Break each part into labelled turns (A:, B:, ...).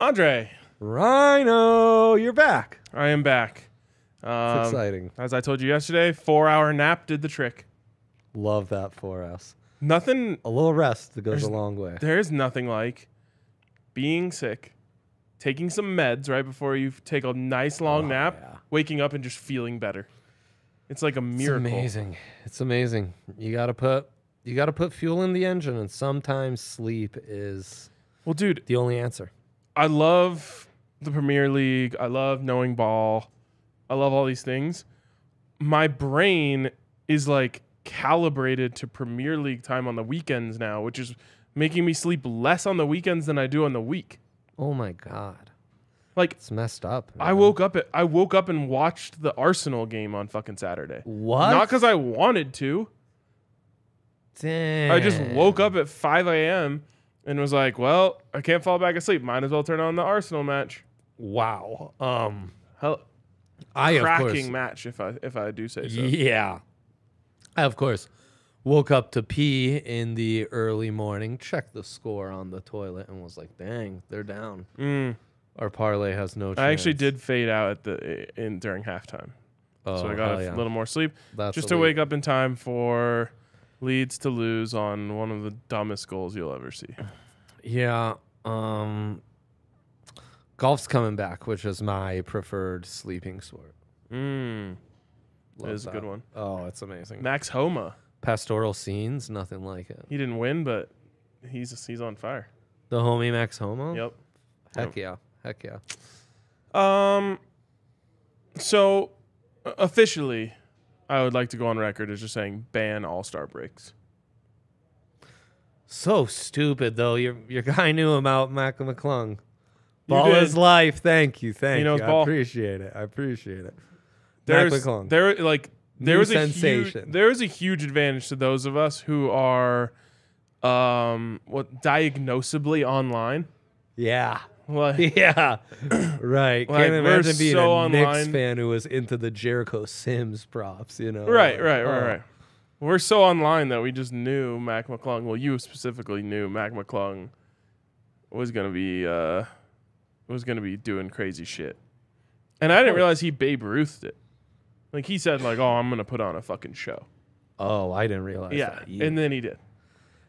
A: Andre,
B: Rhino, you're back.
A: I am back. Um,
B: exciting.
A: As I told you yesterday, four hour nap did the trick.
B: Love that for us.
A: Nothing.
B: A little rest that goes a
A: There's-
B: long way.
A: There is nothing like being sick, taking some meds right before you take a nice long
B: Oh,
A: nap,
B: yeah.
A: waking up and just feeling better. It's like a
B: It's
A: miracle.
B: amazing. It's amazing. You gotta put you gotta put fuel in the engine, and sometimes sleep is
A: Well, dude,
B: the only answer.
A: I love the Premier League. I love knowing ball. I love all these things. My brain is like calibrated to Premier League time on the weekends now, which is making me sleep less on the weekends than I do on the week.
B: Oh my god,
A: Like
B: it's messed up.
A: I
B: man.
A: woke up at I woke up and watched the Arsenal game on fucking Saturday.
B: What?
A: Not because I wanted to.
B: Damn.
A: I just woke up at 5 a.m. and was like, well, I can't fall back asleep. Might as well turn on the Arsenal match.
B: Wow. Um,
A: Hell,
B: I of course.
A: cracking match if I if I do say so.
B: Yeah. I, of course, woke up to pee in the early morning, checked the score on the toilet, and was like, dang, they're down.
A: Mm.
B: Our parlay has no chance.
A: I actually did fade out at the in during halftime,
B: Oh,
A: so I got
B: hell
A: a
B: yeah.
A: little more sleep
B: That's
A: just to
B: elite.
A: wake up in time for Leeds to lose on one of the dumbest goals you'll ever see.
B: Yeah. Um, golf's coming back, which is my preferred sleeping sport.
A: Mm.
B: Hmm. Love
A: is a good
B: that.
A: one.
B: Oh, it's amazing.
A: Max Homa,
B: Pastoral scenes, nothing like it.
A: he didn't win, but he's he's on fire.
B: The homie Max Homo?
A: Yep.
B: Heck yeah. Heck yeah.
A: Um. So o- officially, I would like to go on record as just saying ban All Star breaks.
B: So stupid though. Your your guy knew about Malcolm McClung.
A: You
B: Ball
A: did.
B: is life. Thank you. Thank
A: knows
B: you.
A: ball.
B: I appreciate it. I appreciate it.
A: there's
B: McClung.
A: there like there
B: New
A: was a
B: sensation.
A: huge, there is a huge advantage to those of us who are um what diagnosably online
B: Yeah.
A: like
B: Yeah. right.
A: Like,
B: Can't
A: we're
B: imagine being
A: so
B: a Knicks
A: online.
B: fan who was into the Jericho Sims props, you know.
A: right
B: like,
A: right right
B: oh.
A: right we're so online that we just knew mac mcclung well you specifically knew mac mcclung was gonna be uh was gonna be doing crazy shit and i didn't realize he babe ruthed it like he said like oh i'm gonna put on a fucking show
B: Oh, I didn't realize
A: yeah
B: that.
A: and then he did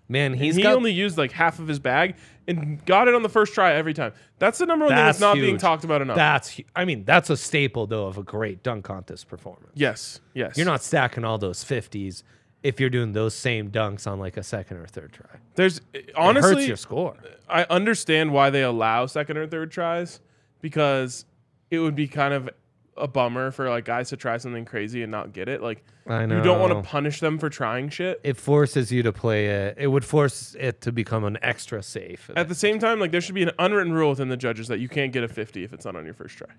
B: Man, he's
A: he
B: got
A: only used like half of his bag and got it on the first try every time. That's the number one thing that's not being
B: huge.
A: talked about enough.
B: That's hu- I mean, that's a staple though of a great dunk contest performance.
A: yes, yes.
B: You're not stacking all those 50s if you're doing those same dunks on like a second or third try.
A: There's
B: it
A: honestly,
B: hurts your score.
A: I understand why they allow second or third tries because it would be kind of a bummer for like guys to try something crazy and not get it. Like
B: I
A: you don't want
B: know.
A: to punish them for trying shit.
B: It forces you to play it. It would force it to become an extra safe.
A: At the same time, like there should be an unwritten rule within the judges that you can't get a 50 if it's not on your first try.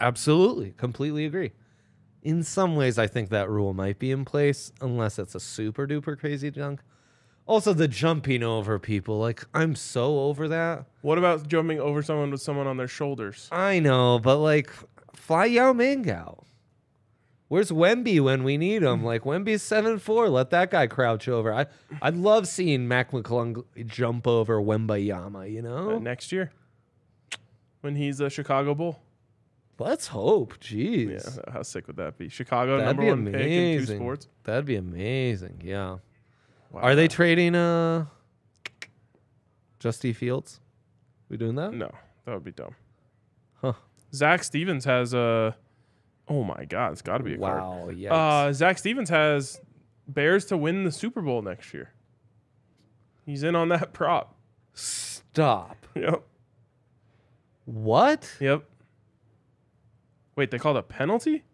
B: Absolutely, completely agree. In some ways, I think that rule might be in place unless it's a super duper crazy dunk. Also, the jumping over people, like I'm so over that.
A: What about jumping over someone with someone on their shoulders?
B: I know, but like, fly Yao Ming out. Where's Wemby when we need him? Like Wemby's seven four. Let that guy crouch over. I I love seeing Mac McClung jump over Wembayama. You know,
A: Uh, next year when he's a Chicago Bull.
B: let's hope.
A: Yeah,
B: Jeez,
A: how sick would that be? Chicago
B: that'd
A: number
B: be
A: one pick in two
B: amazing.
A: sports.
B: That'd be amazing. Yeah.
A: Wow.
B: Are they trading uh Justy Fields? We doing that?
A: No, that would be dumb.
B: Huh.
A: Zach Stevens has a. Oh my God, it's got to be a card.
B: Wow. Yikes.
A: Uh, Zach Stevens has Bears to win the Super Bowl next year. He's in on that prop.
B: Stop.
A: Yep.
B: What?
A: Yep. Wait, they called a penalty?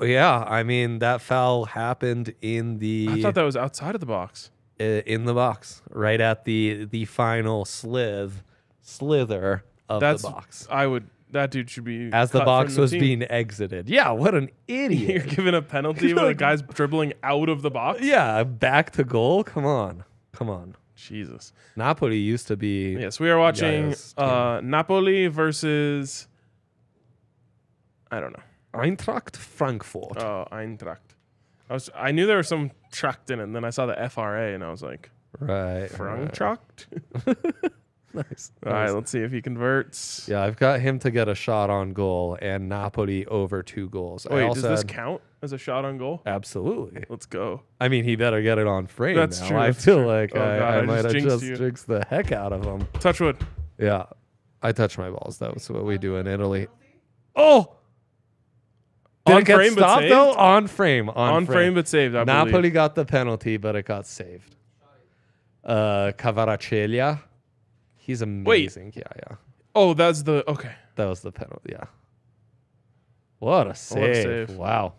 B: Yeah, I mean that foul happened in the
A: I thought that was outside of the box.
B: uh, in the box, right at the the final slith slither of
A: That's
B: the box
A: I would. That dude should be
B: as the
A: cut
B: box
A: from the
B: was
A: team.
B: being exited. Yeah, what an
A: You're
B: idiot.
A: given a penalty when a
B: Like-
A: guy's dribbling out of the box.
B: yeah, back to goal. Come on. Come on.
A: Jesus.
B: Napoli used to be
A: Yes, we are watching
B: Yes,
A: uh, Napoli versus I don't know.
B: Eintracht Frankfurt.
A: Oh, Eintracht. I was I knew there was some tract in it, and then I saw the FRA and I was like,
B: right. right.
A: Franktracht?
B: Nice.
A: All right, let's see if he converts.
B: Yeah, I've got him to get a shot on goal and Napoli over two goals. I
A: Wait,
B: also
A: does this
B: had-
A: count as a shot on goal?
B: Absolutely.
A: Let's go.
B: I mean, he better get it on frame.
A: That's
B: now.
A: true,
B: I
A: that's
B: feel
A: true.
B: like
A: Oh,
B: I,
A: God,
B: I
A: I
B: might
A: just
B: have
A: jinxed
B: just
A: you.
B: jinxed the heck out of him.
A: Touchwood.
B: Yeah. I touch my balls. That was what we do in Italy. Oh!
A: On
B: Did it get
A: frame but
B: stopped,
A: saved?
B: though? On frame. On,
A: On frame but saved, I
B: Napoli
A: believe.
B: got the penalty, but it got saved. Uh, Cavaratella. He's amazing. Yeah, yeah.
A: Oh, that's the okay.
B: That was the penalty. Yeah. What a save!
A: save.
B: Wow.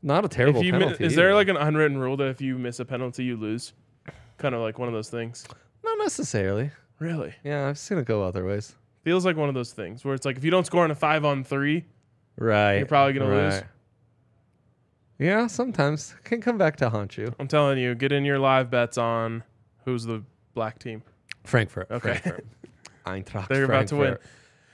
B: Not a
A: If
B: terrible
A: you mi-
B: penalty.
A: is there
B: either.
A: like an unwritten rule that if you miss a penalty you lose? Kind of like one of those things.
B: not necessarily?
A: Really?
B: Yeah, I've seen it go other ways.
A: Feels like one of those things where it's like if you don't score on a five on three,
B: Right.
A: probably gonna lose.
B: Yeah, sometimes can come back to haunt you.
A: I'm telling you, get in your live bets on who's the black team.
B: Frankfurt.
A: Okay.
B: Frankfurt. Eintracht.
A: They're about to win.
B: Frankfurt.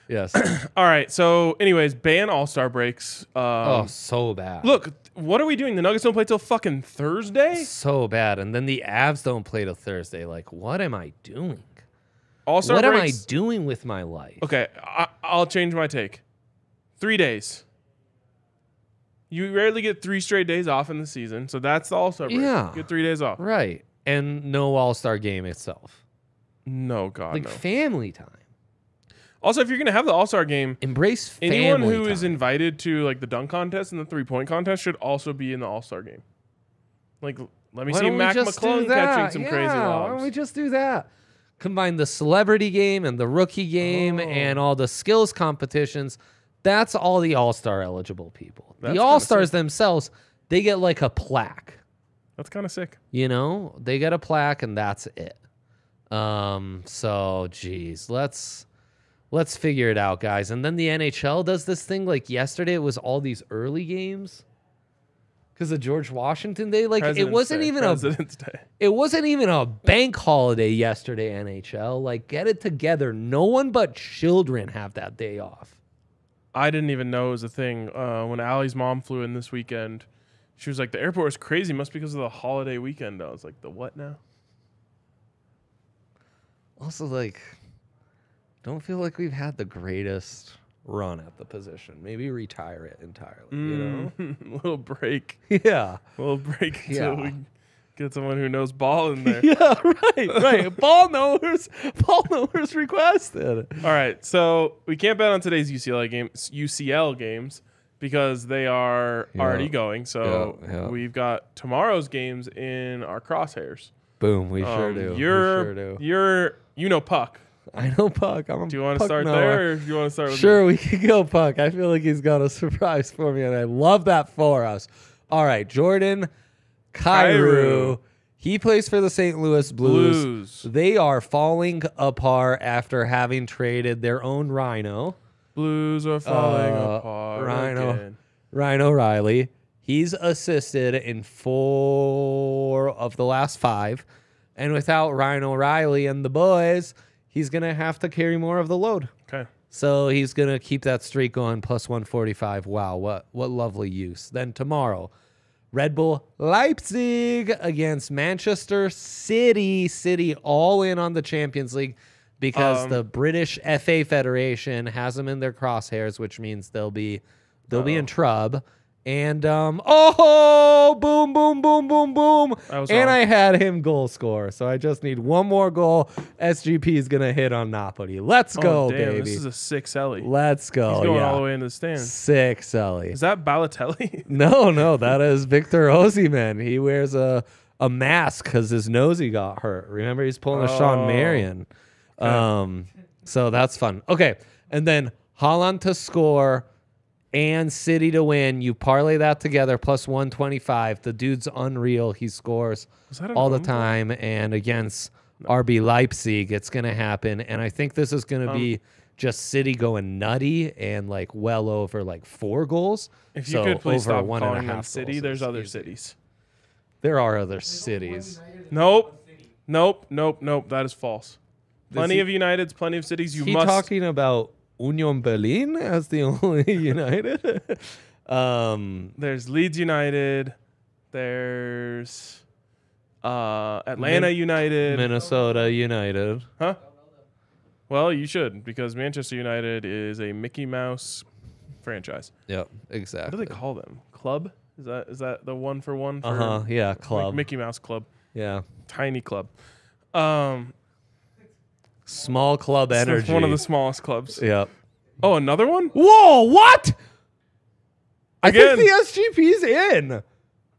B: Yes.
A: All right. So, anyways, ban all star breaks. Um,
B: oh, so bad.
A: Look, what are we doing? The Nuggets don't play till fucking Thursday.
B: so bad. And then the Avs don't play till Thursday. Like, what am I doing?
A: All star
B: what am I
A: breaks.
B: doing with my life?
A: okay, I, I'll change my take. Three days. You rarely get three straight days off in the season, so that's the all star break.
B: Yeah.
A: You get three days off.
B: Right. And no All Star game itself.
A: No, God,
B: like
A: no.
B: family time.
A: also, if you're gonna have the all star game,
B: Embrace family
A: anyone who is
B: time.
A: invited to like the dunk contest and the three point contest should also be in the All Star game. Like, l- let me
B: Why
A: see
B: don't we
A: Mac
B: just do
A: McClung catching
B: that?
A: some
B: yeah,
A: crazy
B: Why
A: lobs.
B: don't we just do that? Combine the celebrity game and the rookie game
A: Oh.
B: and all the skills competitions. That's all the All Star eligible people.
A: That's
B: the
A: kinda
B: All Stars themselves, they get like a plaque.
A: That's kind of sick.
B: You know, they get a plaque and that's it. Um, so geez, let's let's figure it out, guys. And then the NHL does this thing like yesterday it was all these early games. Because of George Washington Day, like it
A: President's
B: wasn't
A: Day,
B: even a
A: President's Day.
B: it wasn't even a bank holiday yesterday, NHL. Like get it together. No one but children have that day off.
A: I didn't even know it was a thing. Uh, when Allie's mom flew in this weekend, she was like, "The airport was crazy. Must be because of the holiday weekend." I was like, "The what now?"
B: Also, like, don't feel like we've had the greatest run at the position. Maybe retire it entirely, you know?
A: a little break.
B: Yeah.
A: A little break until
B: Yeah.
A: we Get someone who knows ball in there.
B: yeah, right, right. Ball knowers, ball knowers requested.
A: All right, so we can't bet on today's UCLA games, UCL games, because they are already
B: Yeah.
A: going. So
B: Yeah, yeah.
A: we've got tomorrow's games in our crosshairs.
B: Boom, we sure
A: Um,
B: do.
A: You're,
B: we sure do.
A: you're, you know, puck.
B: I know Puck. I'm a
A: Do you want to
B: Puck
A: start
B: knower.
A: there, or do you want to start with me?
B: Sure, we could go Puck. I feel like he's got a surprise for me, and I love that for us. All right, Jordan Cairo.
A: Cairo.
B: He plays for the St. Louis Blues.
A: Blues.
B: They are falling apart after having traded their own Rhino,
A: Blues are falling
B: Uh,
A: apart.
B: Rhino.
A: again.
B: Ryan O'Reilly. He's assisted in four of the last five. And without Ryan O'Reilly and the boys, he's going to have to carry more of the load.
A: Okay.
B: So he's gonna keep that streak going plus 145. Wow, what what lovely use. Then tomorrow, Red Bull Leipzig against Manchester City. City all in on the Champions League because
A: Um,
B: the British FA Federation has them in their crosshairs, which means they'll be they'll be in trub. And um oh boom boom boom boom boom.
A: I was wrong.
B: and I had him goal score, so I just need one more goal. SGP is gonna hit on Napoli. Let's go,
A: oh, damn,
B: baby.
A: This is a six Ellie. He's
B: Let's go.
A: going
B: yeah.
A: all the way into the stand.
B: Sick, Sully.
A: Is that Balotelli?
B: No, no, that is Victor Ozyman. He wears a a mask because his nosey got hurt. Remember, he's pulling a Sean
A: Oh.
B: Marion. Um, so that's fun. Okay, and then Holland to score and City to win. You parlay that together plus one twenty five. The dude's unreal. He scores
A: Was that an
B: all the
A: own goal?
B: time and against RB Leipzig, it's going to happen. And I think this is going to
A: Um,
B: be just City going nutty and like well over like four goals.
A: If you
B: So
A: could please
B: over
A: stop
B: one and a
A: calling them
B: half
A: city,
B: goals
A: there's
B: is
A: other
B: easy.
A: cities.
B: There are other cities.
A: Nope. Nope. Nope. Nope. That is false. Plenty
B: he-
A: of Uniteds, plenty of cities. You
B: Is he
A: must.
B: talking about Union Berlin as the only United? um,
A: There's Leeds United. There's uh, Atlanta
B: Min-
A: United.
B: Minnesota United.
A: huh? Well, you should because Manchester United is a Mickey Mouse franchise.
B: Yep,
A: What do
B: exactly.
A: they call them? Club? Is that is that the one for one? for,
B: uh huh. Yeah,
A: like,
B: club.
A: Mickey Mouse Club,
B: yeah,
A: tiny club. Um,
B: small club
A: it's
B: energy.
A: One of the smallest clubs.
B: Yep.
A: Oh, another one?
B: Whoa, what? I
A: Again.
B: think the SGP's in.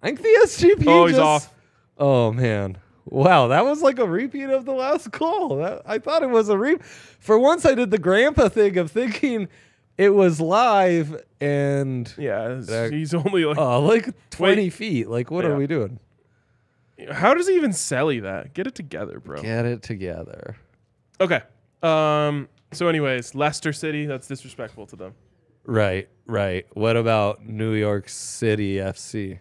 B: I think the SGP
A: Oh, he's
B: just-
A: off.
B: Oh man. Wow, that was like a repeat of the last call. That, I thought it was a re for once I did the grandpa thing of thinking it was live and
A: Yeah, it's-
B: That-
A: he's only like.
B: uh, like 20 feet. Like what
A: Yeah.
B: are we doing?
A: How does he even selly that? Get it together, bro.
B: Get it together.
A: Okay. Um. So, anyways, Leicester City. That's disrespectful to them.
B: Right, right. What about New York City FC?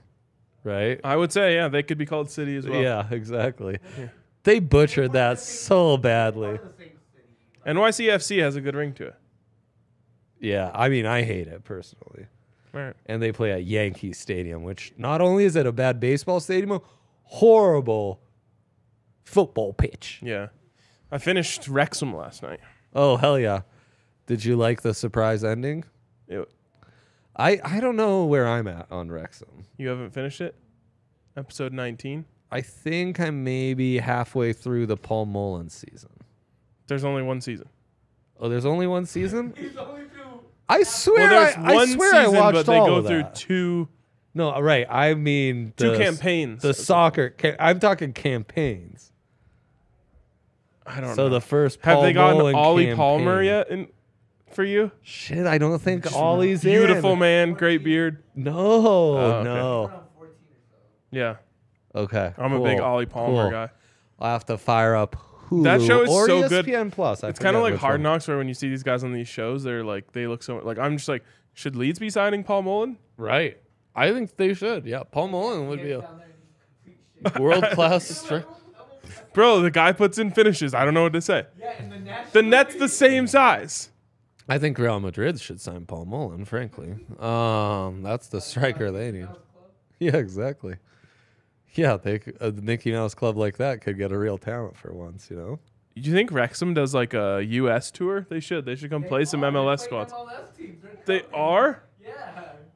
B: Right?
A: I would say, yeah, they could be called City as well.
B: yeah, exactly. They butchered that so badly.
A: NYCFC has a good ring to it.
B: Yeah, I mean, I hate it personally.
A: All right.
B: And they play at Yankee Stadium, which not only is it a bad baseball stadium, horrible football pitch.
A: Yeah. I finished Wrexham last night.
B: Oh hell yeah! Did you like the surprise ending?
A: It-
B: I I don't know where I'm at on Wrexham.
A: you haven't finished it? Episode 19.
B: I think I'm maybe halfway through the Paul Mullins season.
A: There's only one season.
B: Oh, there's only one season. I swear,
A: Well, there's
B: I,
A: one
B: I swear
A: season,
B: I watched
A: but they
B: all
A: go
B: of
A: through
B: that.
A: two
B: No, right. I mean
A: two
B: the,
A: campaigns.
B: The soccer. Ca- I'm talking campaigns.
A: I don't
B: So
A: know.
B: the first Paul
A: Oh, Have they gotten
B: Mullen
A: Ollie
B: campaign.
A: Palmer yet? In, for you?
B: Shit, I don't think Ollie's in.
A: Beautiful man, great beard.
B: No,
A: okay.
B: no.
A: Yeah,
B: Okay,
A: I'm a big
B: cool,
A: Ollie Palmer
B: cool.
A: guy.
B: I'll have to fire up Hulu
A: That show is
B: or E
A: so good.
B: ESPN Plus. I
A: It's kind of
B: forget
A: like
B: which
A: Hard
B: one.
A: Knocks, where when you see these guys on these shows, they're like they look so like I'm just like, should Leeds be signing Paul Mullen?
B: Right. I think they should. Yeah, Paul Mullen would be a world class.
A: Bro, the guy puts in finishes. I don't know what to say. the net's the same size.
B: I think Real Madrid should sign Paul Mullen. Frankly, um, that's the striker they need. Yeah, exactly. Yeah, they c- a Mickey Mouse club like that could get a real talent for once. You know.
A: Do you think Wrexham does like a U.S. tour? They should. They should come play some MLS squads. They are. Yeah.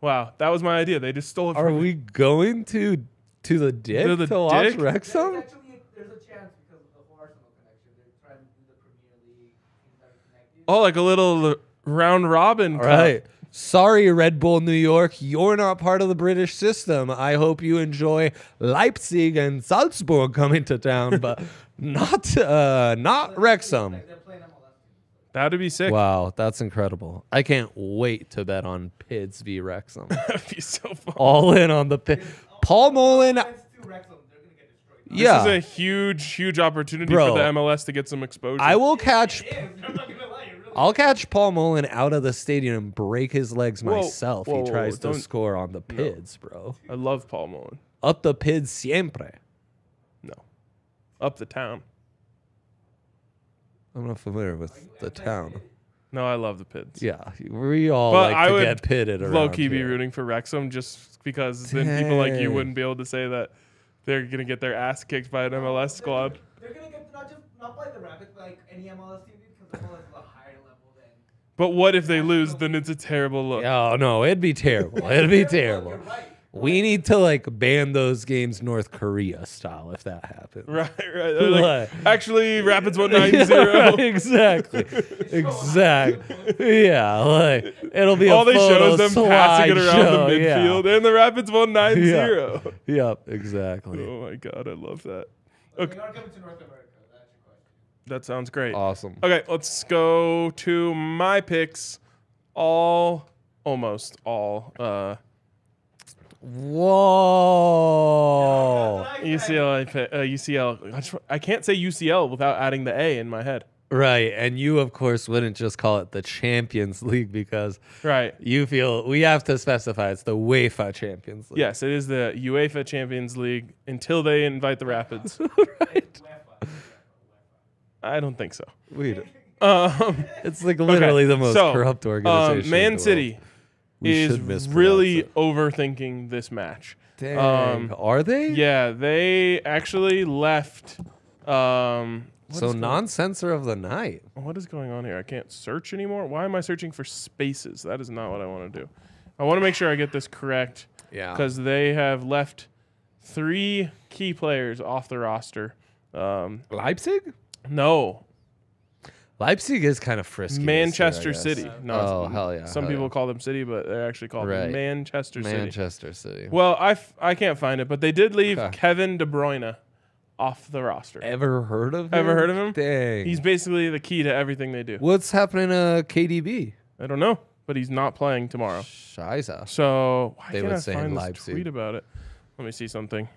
A: Wow, that was my idea. They just stole it
B: Are
A: from.
B: we going to to the dick
A: To the
B: to watch
A: dick?
B: Wrexham?
C: Actually, there's a chance because of the whole Arsenal connection. They're trying to do the Premier League things that are connected.
A: Oh, like a little round robin.
B: All
A: cup.
B: right. Sorry, Red Bull New York, you're not part of the British system. I hope you enjoy Leipzig and Salzburg coming to town, but not uh, not Wrexham.
C: They're playing MLS. teams.
A: That'd be sick.
B: Wow, that's incredible. I can't wait to bet on Pids v Wrexham.
A: That'd be so fun.
B: All in on the Pids. Paul Mullen.
C: It's two Wrexham. They're gonna get destroyed.
B: Yeah.
A: This is a huge, huge opportunity
B: Bro.
A: for the MLS to get some exposure.
B: I will catch
C: I'm not gonna lie. It really
B: I'll catch Paul Mullen out of the stadium and break his legs
A: Whoa,
B: myself.
A: whoa,
B: he
A: whoa,
B: tries to
A: don't-
B: score on the Pids, bro.
A: I love Paul Mullen.
B: Up the Pids siempre.
A: No, up the town.
B: I'm not familiar with the town.
A: No, I love the Pids.
B: Yeah, we all
A: But
B: like
A: I
B: to
A: would
B: get pitted around
A: Low key be
B: here.
A: rooting for Wrexham just because then people like you
B: Dang.
A: wouldn't be able to say that they're gonna get their ass kicked by an MLS squad.
C: They're gonna get not just not by the Rapids, but like any MLS team because MLS is a higher level than.
A: But what if they lose? Then it's a terrible look.
B: Oh no, it'd be terrible. It'd be terrible. We need to like ban those games North Korea style if that happens.
A: Right, right. They're like,
B: What?
A: actually, Rapids one nine zero.
B: exactly. exactly. Yeah, like it'll be
A: All
B: a
A: they show is them
B: photo
A: passing it around the
B: slideshow, yeah.
A: midfield, and the Rapids one nine zero.
B: Yep, exactly.
A: Oh my god, I love that.
C: They are coming to North America. That's your question.
A: That sounds great.
B: Awesome.
A: Okay, let's go to my picks. All, almost all, uh,
B: Whoa.
A: UCLA. Pick, uh, UCL. I, just- I can't say UCL without adding the A in my head.
B: Right. And you, of course, wouldn't just call it the Champions League because
A: Right.
B: you feel we have to specify it's the UEFA Champions League.
A: Yes, it is the UEFA Champions League until they invite the Rapids. I don't think so.
B: We do.
A: Um,
B: It's like literally
A: okay,
B: the most
A: so,
B: corrupt
A: um,
B: organization. in the
A: Man
B: world.
A: City
B: We should
A: is
B: mispronounce
A: really
B: it.
A: overthinking this match. Um,
B: Dang. Are they?
A: Yeah, they actually left. Um, what
B: So
A: is going-
B: non censor of the night.
A: what is going on here? I can't search anymore. Why am I searching for spaces? That is not what I want to do. I want to make sure I get this correct.
B: Yeah.
A: Because they have left three key players off the roster. Um,
B: Leipzig?
A: no,
B: Leipzig is kind of frisky. this year, I
A: Manchester
B: guess.
A: City. No,
B: Oh,
A: it's-
B: hell yeah,
A: Some
B: hell
A: people
B: yeah.
A: call them City, but they're actually called
B: Right.
A: Manchester City.
B: Manchester City.
A: Well, I, f- I can't find it, but they did leave
B: Okay.
A: Kevin De Bruyne off the roster.
B: Ever heard of him?
A: Ever heard of him?
B: Dang.
A: He's basically the key to everything they do.
B: What's happening uh, to KDB?
A: I don't know, but he's not playing tomorrow.
B: Shiza.
A: So why
B: They
A: can't
B: would
A: I
B: say in
A: find this
B: Leipzig.
A: tweet about it? Let me see something.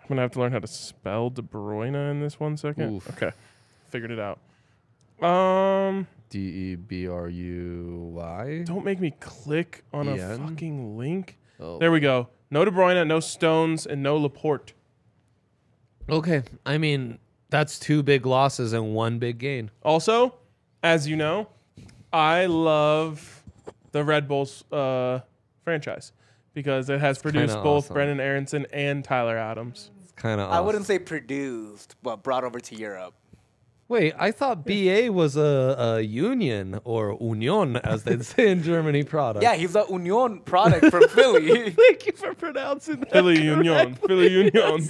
A: I'm gonna have to learn how to spell De Bruyne in this one second.
B: Oof.
A: Okay, figured it out. Um,
B: D E B R U Y.
A: don't make me click on a
B: Ian?
A: fucking link.
B: Oh.
A: There we go. No De Bruyne, no Stones, and no Laporte.
B: Okay. I mean, that's two big losses and one big gain.
A: Also, as you know, I love the Red Bulls uh, franchise because it has produced
B: kinda
A: both
B: awesome.
A: Brendan Aronson and Tyler Adams.
B: It's kind of.
D: I wouldn't say produced, but brought over to Europe.
B: Wait, I thought BA was a, a union or union, as they'd say in Germany, product.
D: Yeah, he's a Union product from Philly.
B: Thank you for pronouncing that.
A: Philly Union, Philly Union.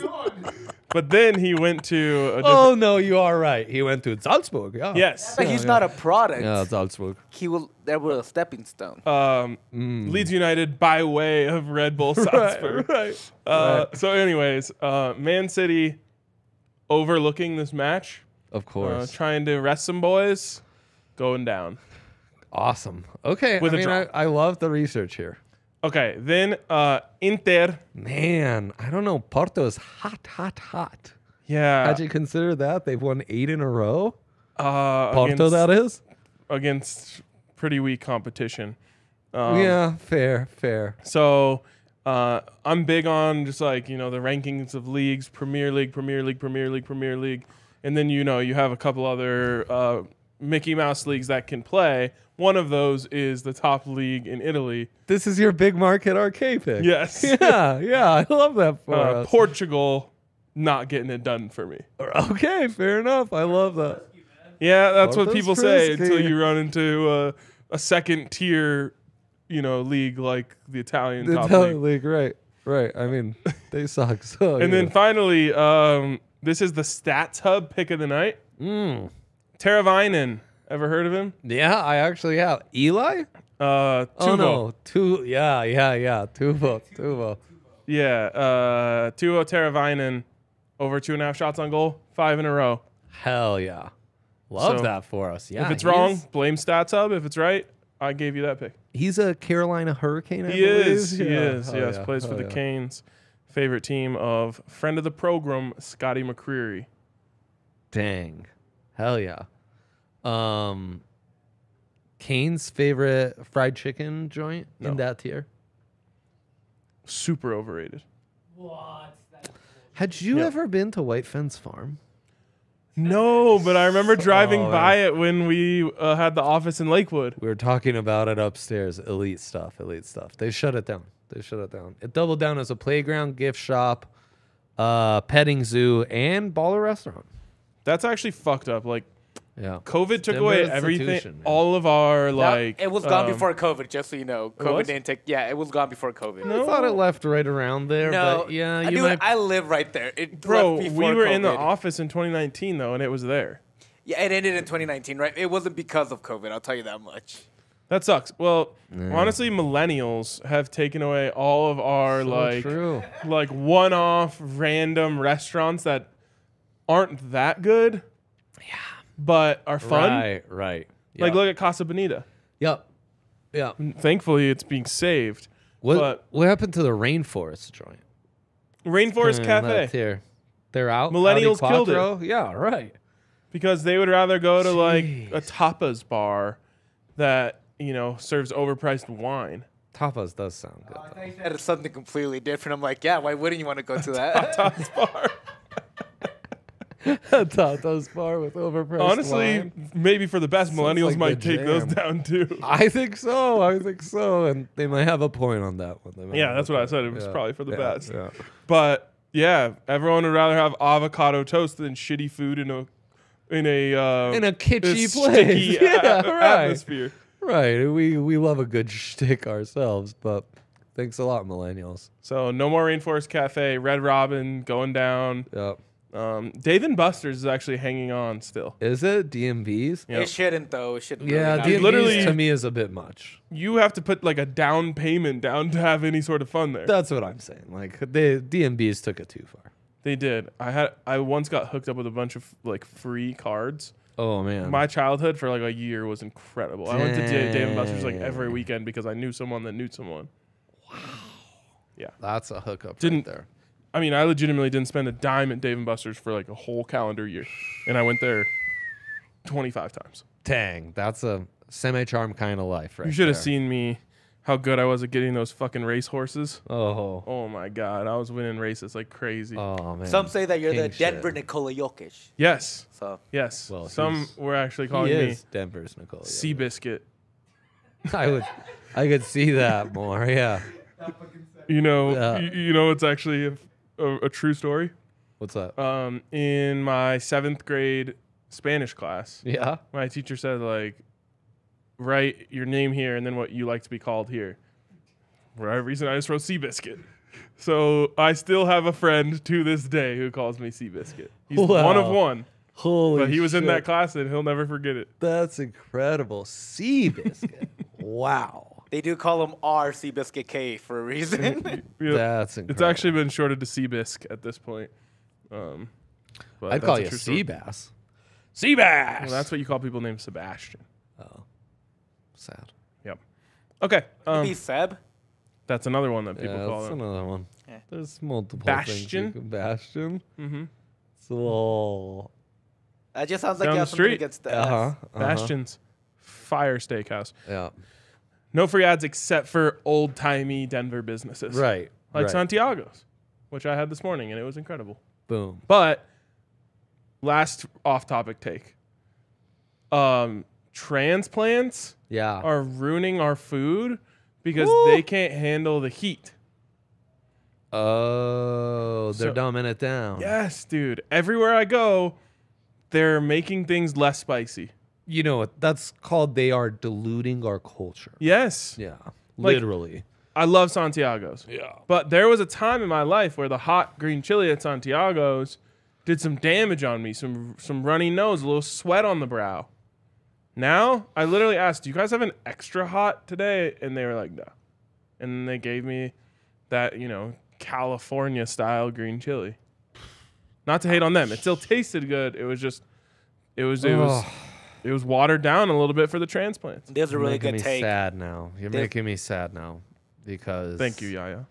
A: But then he went to a different.
B: Oh no, you are right. He went to Salzburg. Yeah.
A: Yes.
D: but he's not a product.
B: Yeah, Salzburg.
D: He will. There was a stepping stone.
A: Um,
B: Mm.
A: Leeds United by way of Red Bull Salzburg.
B: right.
A: Uh, So, anyways, uh, Man City overlooking this match,
B: Of
A: uh,
B: course.
A: trying to rest some boys, going down.
B: awesome. Okay.
A: With
B: I
A: a
B: mean,
A: draw.
B: I, I love the research here.
A: Okay, then uh, Inter.
B: Man, I don't know. Porto is hot, hot, hot.
A: Yeah.
B: How'd you consider that? They've won eight in a row.
A: uh,
B: Porto,
A: against,
B: that is.
A: against pretty weak competition. Um,
B: yeah, fair, fair.
A: So uh, I'm big on just like you know the rankings of leagues, Premier League, Premier League, Premier League, Premier League, and then you know you have a couple other uh, Mickey Mouse leagues that can play. One of those is the top league in Italy.
B: This is your big market arcade pick.
A: Yes,
B: Yeah, yeah. I love that for
A: uh,
B: us.
A: Portugal not getting it done for me.
B: okay, fair enough. I love that.
A: Yeah, that's what
B: Porto's
A: people say
B: frisky.
A: until you run into uh, a second tier, you know, league like the Italian
B: The
A: top
B: Italian
A: league.
B: league, right? Right. I mean, They suck. So
A: And then
B: yeah.
A: finally, um, this is the Stats Hub pick of the night.
E: Mm.
A: Tara Vinen. Ever heard of him?
B: yeah, I actually have Eli.
A: Uh, Tuvo.
B: Oh no, two. Yeah, yeah, yeah. Tuvo, Tuvo.
A: Yeah. Uh, Tuvo Teravainen over two and a half shots on goal, five in a row.
B: Hell yeah. Love
A: So,
B: that for us. Yeah.
A: if it's
B: he's-
A: wrong, blame Stats Hub. If it's right, I gave you that pick.
B: he's a Carolina Hurricane. I
A: He is. He
B: believe. Yeah.
A: is.
B: Hell
A: yes.
B: yeah,
A: Plays for
B: hell
A: the
B: yeah.
A: Canes. Favorite team of friend of the program, Scotty McCreery.
B: Dang.
E: Hell yeah. Um, Kane's favorite fried chicken joint
A: No.
E: in that tier.
A: Super overrated.
E: Had you
A: Yeah.
E: ever been to White Fence Farm?
A: No, but I remember driving
B: Oh,
A: by it when we uh, had the office in Lakewood.
B: We were talking about it upstairs. Elite stuff. Elite stuff. They shut it down. They shut it down. It doubled down as a playground, gift shop, uh, petting zoo, and baller restaurant.
A: That's actually fucked up. Like
B: Yeah.
A: COVID took
E: Denver
A: away
E: institution,
A: everything,
E: man.
A: all of our
D: That-
A: like.
D: it was gone
A: um,
D: before COVID, just so you know.
A: was?
D: COVID didn't take. Yeah, it was gone before COVID.
E: I thought it left right around there.
D: No,
E: but yeah,
D: I,
E: you
D: dude,
E: might.
D: I live right there. It
A: Bro,
D: left
A: we
D: before
A: were in the
D: COVID.
A: office in 2019 though, and it was there.
D: Yeah, it ended in 2019, right? It wasn't because of COVID. I'll tell you that much.
A: That sucks. Well, honestly, millennials have taken away all of our
E: So
A: like
E: true.
A: like one-off random restaurants that aren't that good. Yeah. But are fun.
B: Right. Right.
A: Like look at Casa Bonita.
B: Yep. Yeah.
A: Thankfully, it's being saved.
E: What
A: but-
E: what happened to the rainforest joint?
B: Uh,
A: Rainforest
B: Hmm,
E: Mm, that's
A: Cafe
E: here. They're out.
A: Millennials
E: Howdy,
A: killed it.
E: Quattro. Yeah, right.
A: because they would rather go to like a tapas bar that, you know, serves overpriced wine.
B: Tapas does sound good.
D: I thought you said something completely different. I'm like, yeah, why wouldn't you want to go to that?
A: Tapas bar.
B: Tapas bar with overpriced.
A: Honestly,
B: wine.
A: maybe for the best, millennials
B: like
A: might
B: the
A: take those
B: jam.
A: down too.
B: I think so. I think so, and they might have a point on that one. They might
A: Yeah,
B: have
A: that's
B: a
A: what I
B: point.
A: said. It was
B: Yeah,
A: probably for the
B: yeah,
A: best.
B: yeah.
A: But yeah, everyone would rather have avocado toast than shitty food in a in a uh,
B: In a kitschy
A: this
B: place.
A: sticky a-
B: Yeah,
A: a-
B: right.
A: atmosphere.
B: Right. We we love a good shtick ourselves, but thanks a lot, millennials.
A: So no more Rainforest Cafe, Red Robin going down.
B: Yep.
A: Um, Dave and Buster's is actually hanging on still.
B: Is it DMVs?
A: Yeah.
D: It shouldn't though. It shouldn't.
B: Yeah,
D: really
B: DMVs
D: not.
A: literally-
B: to me is a bit much.
A: You have to put like a down payment down to have any sort of fun there.
B: That's what I'm saying. Like the DMVs took it too far.
A: They did. I had I once got hooked up with a bunch of like free cards.
B: Oh man.
A: My childhood for like a year was incredible. I went to Da- Dave and Buster's like every weekend because I knew someone that knew someone.
E: That's a hookup right
A: Didn't-
E: there.
A: I mean, I legitimately didn't spend a dime at Dave and Buster's for like a whole calendar year, and I went there twenty-five times.
E: Dang, that's a semi charm kind of life, right?
A: You should have
E: there.
A: seen me, how good I was at getting those fucking race horses.
E: Oh,
A: Oh my god, I was winning races like crazy.
B: Uh,
E: oh man.
D: Some say that you're
E: King
D: the
E: shit.
D: Denver Nikola Jokic.
A: yes,
D: So
A: yes.
B: Well,
A: Some
B: he's-
A: were actually
B: he
A: calling me
B: is Denver's Nicole.
A: Seabiscuit.
B: I would I could see that more. Yeah.
A: You know,
B: Yeah.
A: you, you know, it's actually a, a, a true story.
B: What's that?
A: Um, in my seventh grade Spanish class,
B: yeah.
A: my teacher said like write your name here and then what you like to be called here for whatever reason i just wrote seabiscuit so i still have a friend to this day who calls me seabiscuit he's one of
B: Wow.
A: one
B: Holy
A: but he was in
B: shit.
A: that class and he'll never forget it
B: That's incredible. Sea biscuit. wow.
D: they do call him R Seabiscuit K for a reason.
A: You know,
B: That's incredible.
A: it's actually been shorted to seabisc at this point um but
B: I'd
A: that's
B: call
A: a
B: you
A: true story.
B: sea bass. Sea bass.
A: well, that's what you call people named sebastian
B: sad.
A: yep okay
D: Be
A: um,
D: Seb.
A: that's another one that people
B: yeah,
A: call
B: that's
A: them
B: another one. There's multiple things.
A: Bastion?
B: you can- Bastion. Mm-hmm. It's a little.
D: That just sounds like
A: Down
D: you
A: the
D: have something
A: street.
D: against the
B: Uh huh.
A: bastion's fire steakhouse
B: Yeah.
A: No free ads except for old timey Denver businesses.
B: Right.
A: Like
B: right.
A: Santiago's, which I had this morning and it was incredible.
B: Boom.
A: But last off topic take. Um transplants
B: Yeah.
A: are ruining our food because they can't handle the heat.
B: oh,
A: So-
B: they're dumbing it down.
A: Yes, dude. Everywhere I go, they're making things less spicy.
B: You know what? That's called they are diluting our culture.
A: Yes.
B: Yeah.
A: Like-
B: Literally.
A: I love Santiago's.
F: Yeah.
A: But there was a time in my life where the hot green chili at Santiago's did some damage on me, some some runny nose, a little sweat on the brow. Now I literally asked, "Do you guys have an extra hot today?" And they were like, "No," and then they gave me that you know California style green chili. Not to hate on them, it still tasted good. It was just, it was it was it was watered down a little bit for the transplants.
D: There's a really
B: making
D: good
B: me
D: take.
B: sad now. You're
D: There's-
B: making me sad now because
A: Thank you, Yaya.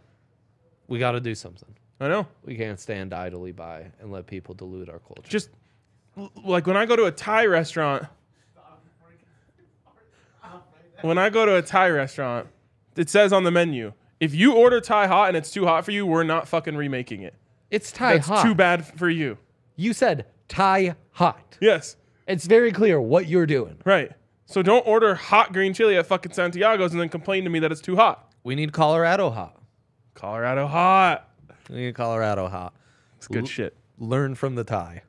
B: We got to do something.
A: I know.
B: We can't stand idly by and let people dilute our culture.
A: just l- like when I go to a Thai restaurant. When I go to a Thai restaurant, it says on the menu, if you order Thai hot and it's too hot for you, we're not fucking remaking it.
B: it's Thai
A: That's
B: hot.
A: too bad f- for you.
B: You said Thai hot.
A: Yes,
B: It's very clear what you're doing.
A: right. So don't order hot green chili at fucking Santiago's and then complain to me that it's too hot.
B: We need Colorado hot.
A: Colorado hot.
B: We need Colorado hot.
A: It's good shit.
B: Learn from the Thai.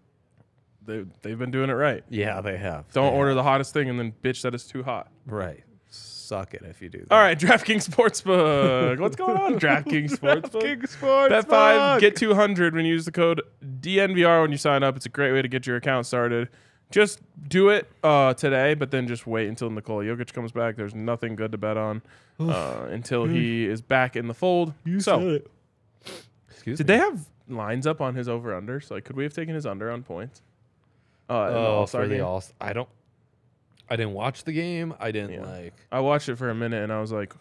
A: They, they've been doing it right.
B: Yeah, they have.
A: Don't order the hottest thing and then bitch that it's too hot.
B: Right. Suck it if you do that.
A: All right, DraftKings Sportsbook. What's going on, DraftKings Sportsbook?
F: Sports.
A: Bet five, get 200 when you use the code DNVR when you sign up. It's a great way to get your account started. Just do it uh, today, but then just wait until Nikola Jokic comes back. There's nothing good to bet on uh, until he is back in the fold. so,
B: Excuse
A: did
B: me.
A: they have lines up on his over unders? Like, could we have taken his under on points? Uh, in the
B: Oh,
A: All-Star
B: for the
A: game?
B: all. I don't. I didn't watch the game. I didn't like.
A: I watched it for a minute and I was like,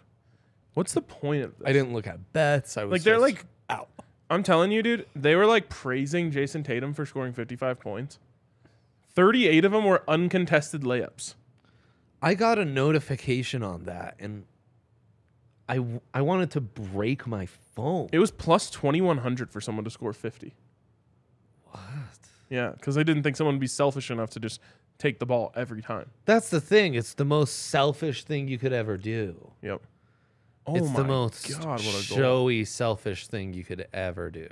A: what's the point of this?
B: I didn't look at bets. I was
A: Like, they're like-
B: just out.
A: I'm telling you, dude, they were like praising Jason Tatum for scoring 55 points. 38 of them were uncontested layups.
B: I got a notification on that, and I w- I wanted to break my phone.
A: It was plus 2100 for someone to score 50.
B: What?
A: Yeah, because they didn't think someone would be selfish enough to just take the ball every time.
B: That's the thing. It's the most selfish thing you could ever do.
A: Yep. Oh
B: it's the most
A: God, what a goal.
B: showy, selfish thing you could ever do.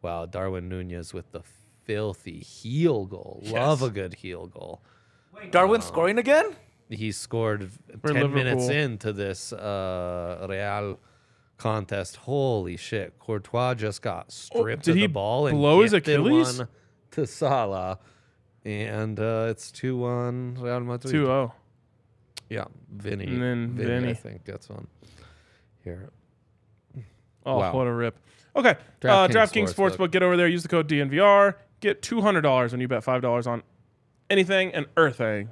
B: Wow, Darwin Nunez with the filthy heel goal. Love a good heel goal.
D: Darwin scoring again?
B: He scored
A: For
B: 10 minutes
A: Liverpool.
B: into this uh, Real contest. Holy shit. Courtois just got stripped
A: Oh, did
B: of
A: he
B: the ball and
A: blow his
B: gifted
A: Achilles?
B: one to Salah. And uh, it's 2 1 Real Madrid.
A: 2 0.
B: Yeah, Vinny.
A: And then
B: I
A: Vinny.
B: think gets one. Here,
A: Oh,
B: Wow.
A: what a rip. Okay. DraftKings, uh,
B: DraftKings
A: DraftKings
B: Sportsbook.
A: Sportsbook. Get over there. Use the code DNVR. Get $200 when you bet $5 on anything and earthing.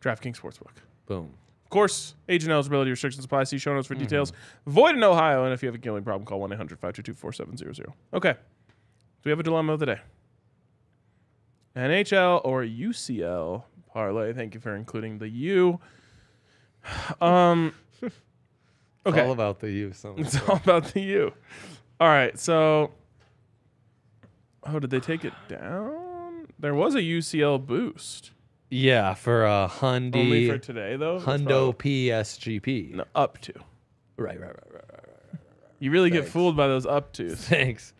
A: DraftKings Sportsbook.
B: boom.
A: Of course, age and eligibility restrictions apply. See show notes for
B: Mm-hmm.
A: details. Void in Ohio. And if you have a gambling problem, call 1 800 522 4700. Okay. Do we have a dilemma of the day? NHL or UCL parlay? Thank you for including the U. Um,
B: It's
A: okay.
B: all about the you. Something.
A: It's all about the U. All right. So, oh, did they take it down? There was a UCL boost.
B: Yeah, for uh,
A: Only
B: Hyundai
A: for today, though. It's
B: Hundo
A: probably-
B: PSGP.
A: No, up to.
B: Right, right, right, right.
A: You really get fooled by those up tos.
B: Thanks.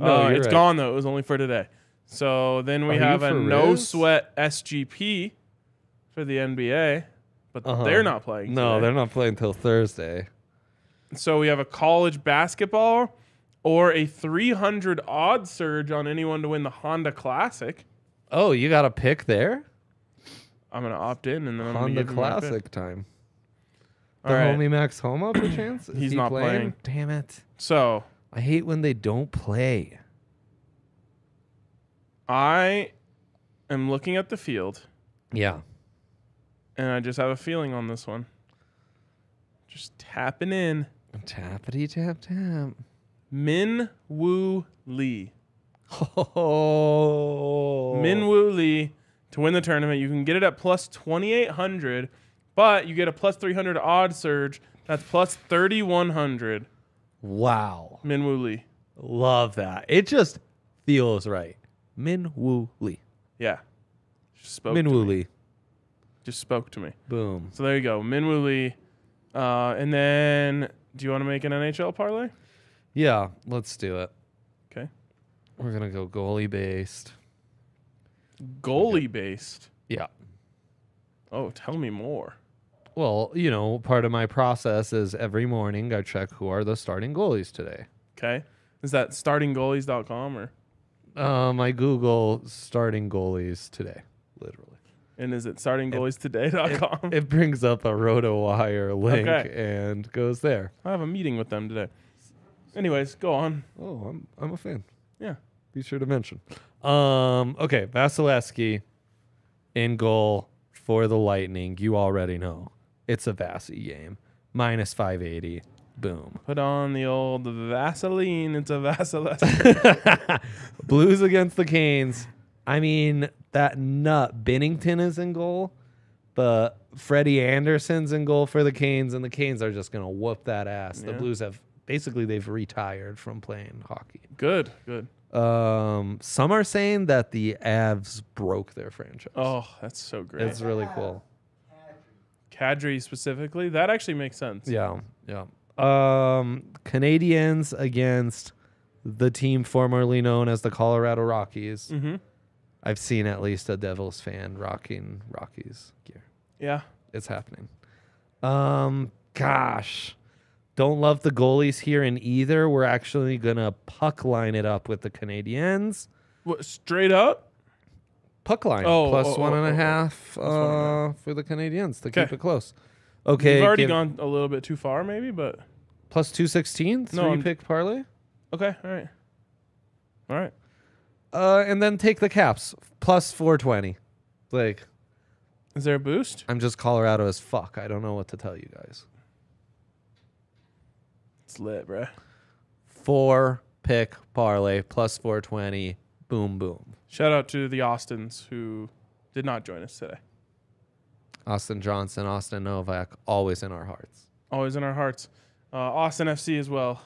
B: No,
A: No,
B: you're
A: Oh, it's
B: right.
A: gone though. It was only for today. So then we
B: Are you
A: have a
B: for
A: no
B: Riz?
A: sweat SGP for the NBA, but
B: Uh-huh.
A: they're not playing.
B: No,
A: today.
B: they're not playing till Thursday.
A: So we have a college basketball or a 300 odd surge on anyone to win the Honda Classic.
B: Oh, you got a pick there
A: I'm gonna opt in and then I'm
B: on
A: gonna
B: the
A: give you my pick.
B: classic time. The
A: All right.
B: homie Max Homa, perchance? Is
A: He's
B: he
A: not playing.
B: Damn it!
A: So
B: I hate when they don't play.
A: I am looking at the field
B: Yeah.
A: and I just have a feeling on this one. Just tapping in
B: Tappity tap tap.
A: Min Woo Lee.
B: Oh.
A: Minwoo Lee to win the tournament. You can get it at plus 2,800, but you get a plus 300 odd surge. That's plus 3,100.
B: Wow.
A: Minwoo Lee.
B: Love that. It just feels right. Min Woo Lee.
A: Yeah. Just spoke,
B: Min
A: to
B: Woo
A: me.
B: Lee.
A: Just spoke to me.
B: Boom.
A: So there you go. Minwoo Lee. Uh, and then, do you want to make an NHL parlay?
B: Yeah, let's do it.
A: Okay.
B: We're gonna go goalie based.
A: Goalie based.
B: Yeah.
A: Oh, tell me more.
B: Well, you know, part of my process is every morning I check who are the starting goalies today.
A: Okay. Is that startinggoalies.com or
B: Um, I Google starting goalies today, literally.
A: and is it startinggoaliestoday.com?
B: It brings up a RotoWire link
A: Okay.
B: and goes there.
A: I have a meeting with them today. Anyways, go on.
B: Oh, I'm I'm a fan.
A: Yeah.
B: Be sure to mention. Um, okay, Vasilevsky in goal for the Lightning. You already know it's a Vasi game. Minus five eighty. Boom.
A: Put on the old Vaseline. It's a Vaseline.
B: Blues against the Canes. I mean, that nut Bennington is in goal, but Freddie Anderson's in goal for the Canes, and the Canes are just gonna whoop that ass. The
A: Yeah.
B: Blues have basically they've retired from playing hockey.
A: good. Good.
B: Um, some are saying that the Avs broke their franchise.
A: Oh, that's so great.
B: it's really cool.
A: Kadri specifically. That actually makes sense.
B: Yeah, yeah. Um, Canadians against the team formerly known as the Colorado Rockies.
A: Mhm.
B: I've seen at least a Devils fan rocking Rockies gear.
A: Yeah.
B: It's happening. Um, gosh, don't love the goalies here in either. We're actually gonna puck line it up with the Canadians.
A: What, straight up?
B: puck line
A: Oh,
B: plus
A: oh, oh,
B: one and a
A: oh, oh.
B: half
A: one and a
B: uh, for the Canadians to
A: 'Kay.
B: keep it close. Okay,
A: We've already
B: give-
A: gone a little bit too far, maybe, but
B: plus two sixteen three
A: No, I'm-
B: pick parlay,
A: okay. All right. All right.
B: uh, and then take the Caps plus four twenty. Like
A: Is there a boost?
B: I'm just Colorado as fuck. I don't know what to tell you guys.
A: It's lit, bro.
B: Four pick parlay plus four twenty. Boom boom.
A: Shout out to the Austins who did not join us today.
B: Austin Johnson, Austin Novak, always in our hearts.
A: Always in our hearts. Uh, Austin FC as well.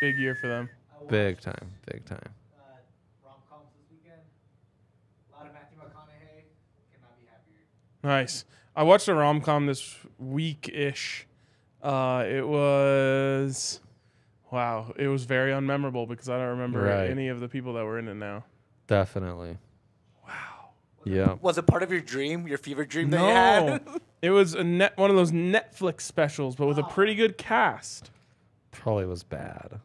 A: Big year for them.
B: Big time, big time.
G: Uh, rom coms this weekend. A lot of Matthew McConaughey. Cannot be happier.
A: Nice. I watched a rom com this week ish. Uh, it was wow. It was very unmemorable because I don't remember
B: Right.
A: any of the people that were in it now.
B: Definitely. Wow. Yeah.
D: Was it part of your dream, your fever dream that you had?
A: it was a net one of those Netflix specials, but with a pretty good cast.
B: probably was bad.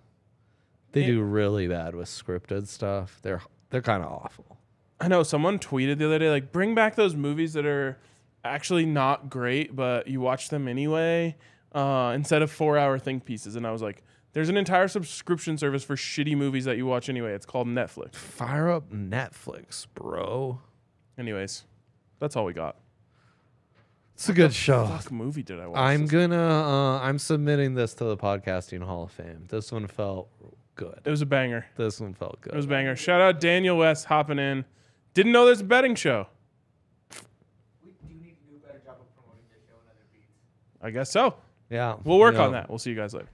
B: They do really bad with scripted stuff. They're they're kind of awful.
A: I know someone tweeted the other day, like, bring back those movies that are actually not great, but you watch them anyway, uh, instead of four hour think pieces. And I was like, there's an entire subscription service for shitty movies that you watch anyway. It's called Netflix.
B: Fire up Netflix, bro.
A: Anyways, that's all we got.
B: It's a good show.
A: Fuck movie did I watch?
B: I'm
A: this-
B: gonna uh, I'm submitting this to the podcasting Hall of Fame. This one felt
A: It
B: good.
A: was a banger.
B: This one felt good.
A: It was a banger. Shout out Daniel West hopping in. Didn't know there's a betting show.
G: We do need to do a better job of promoting the show and other beats.
A: I guess so.
B: yeah,
A: We'll work
B: yeah.
A: on that. We'll see you guys later.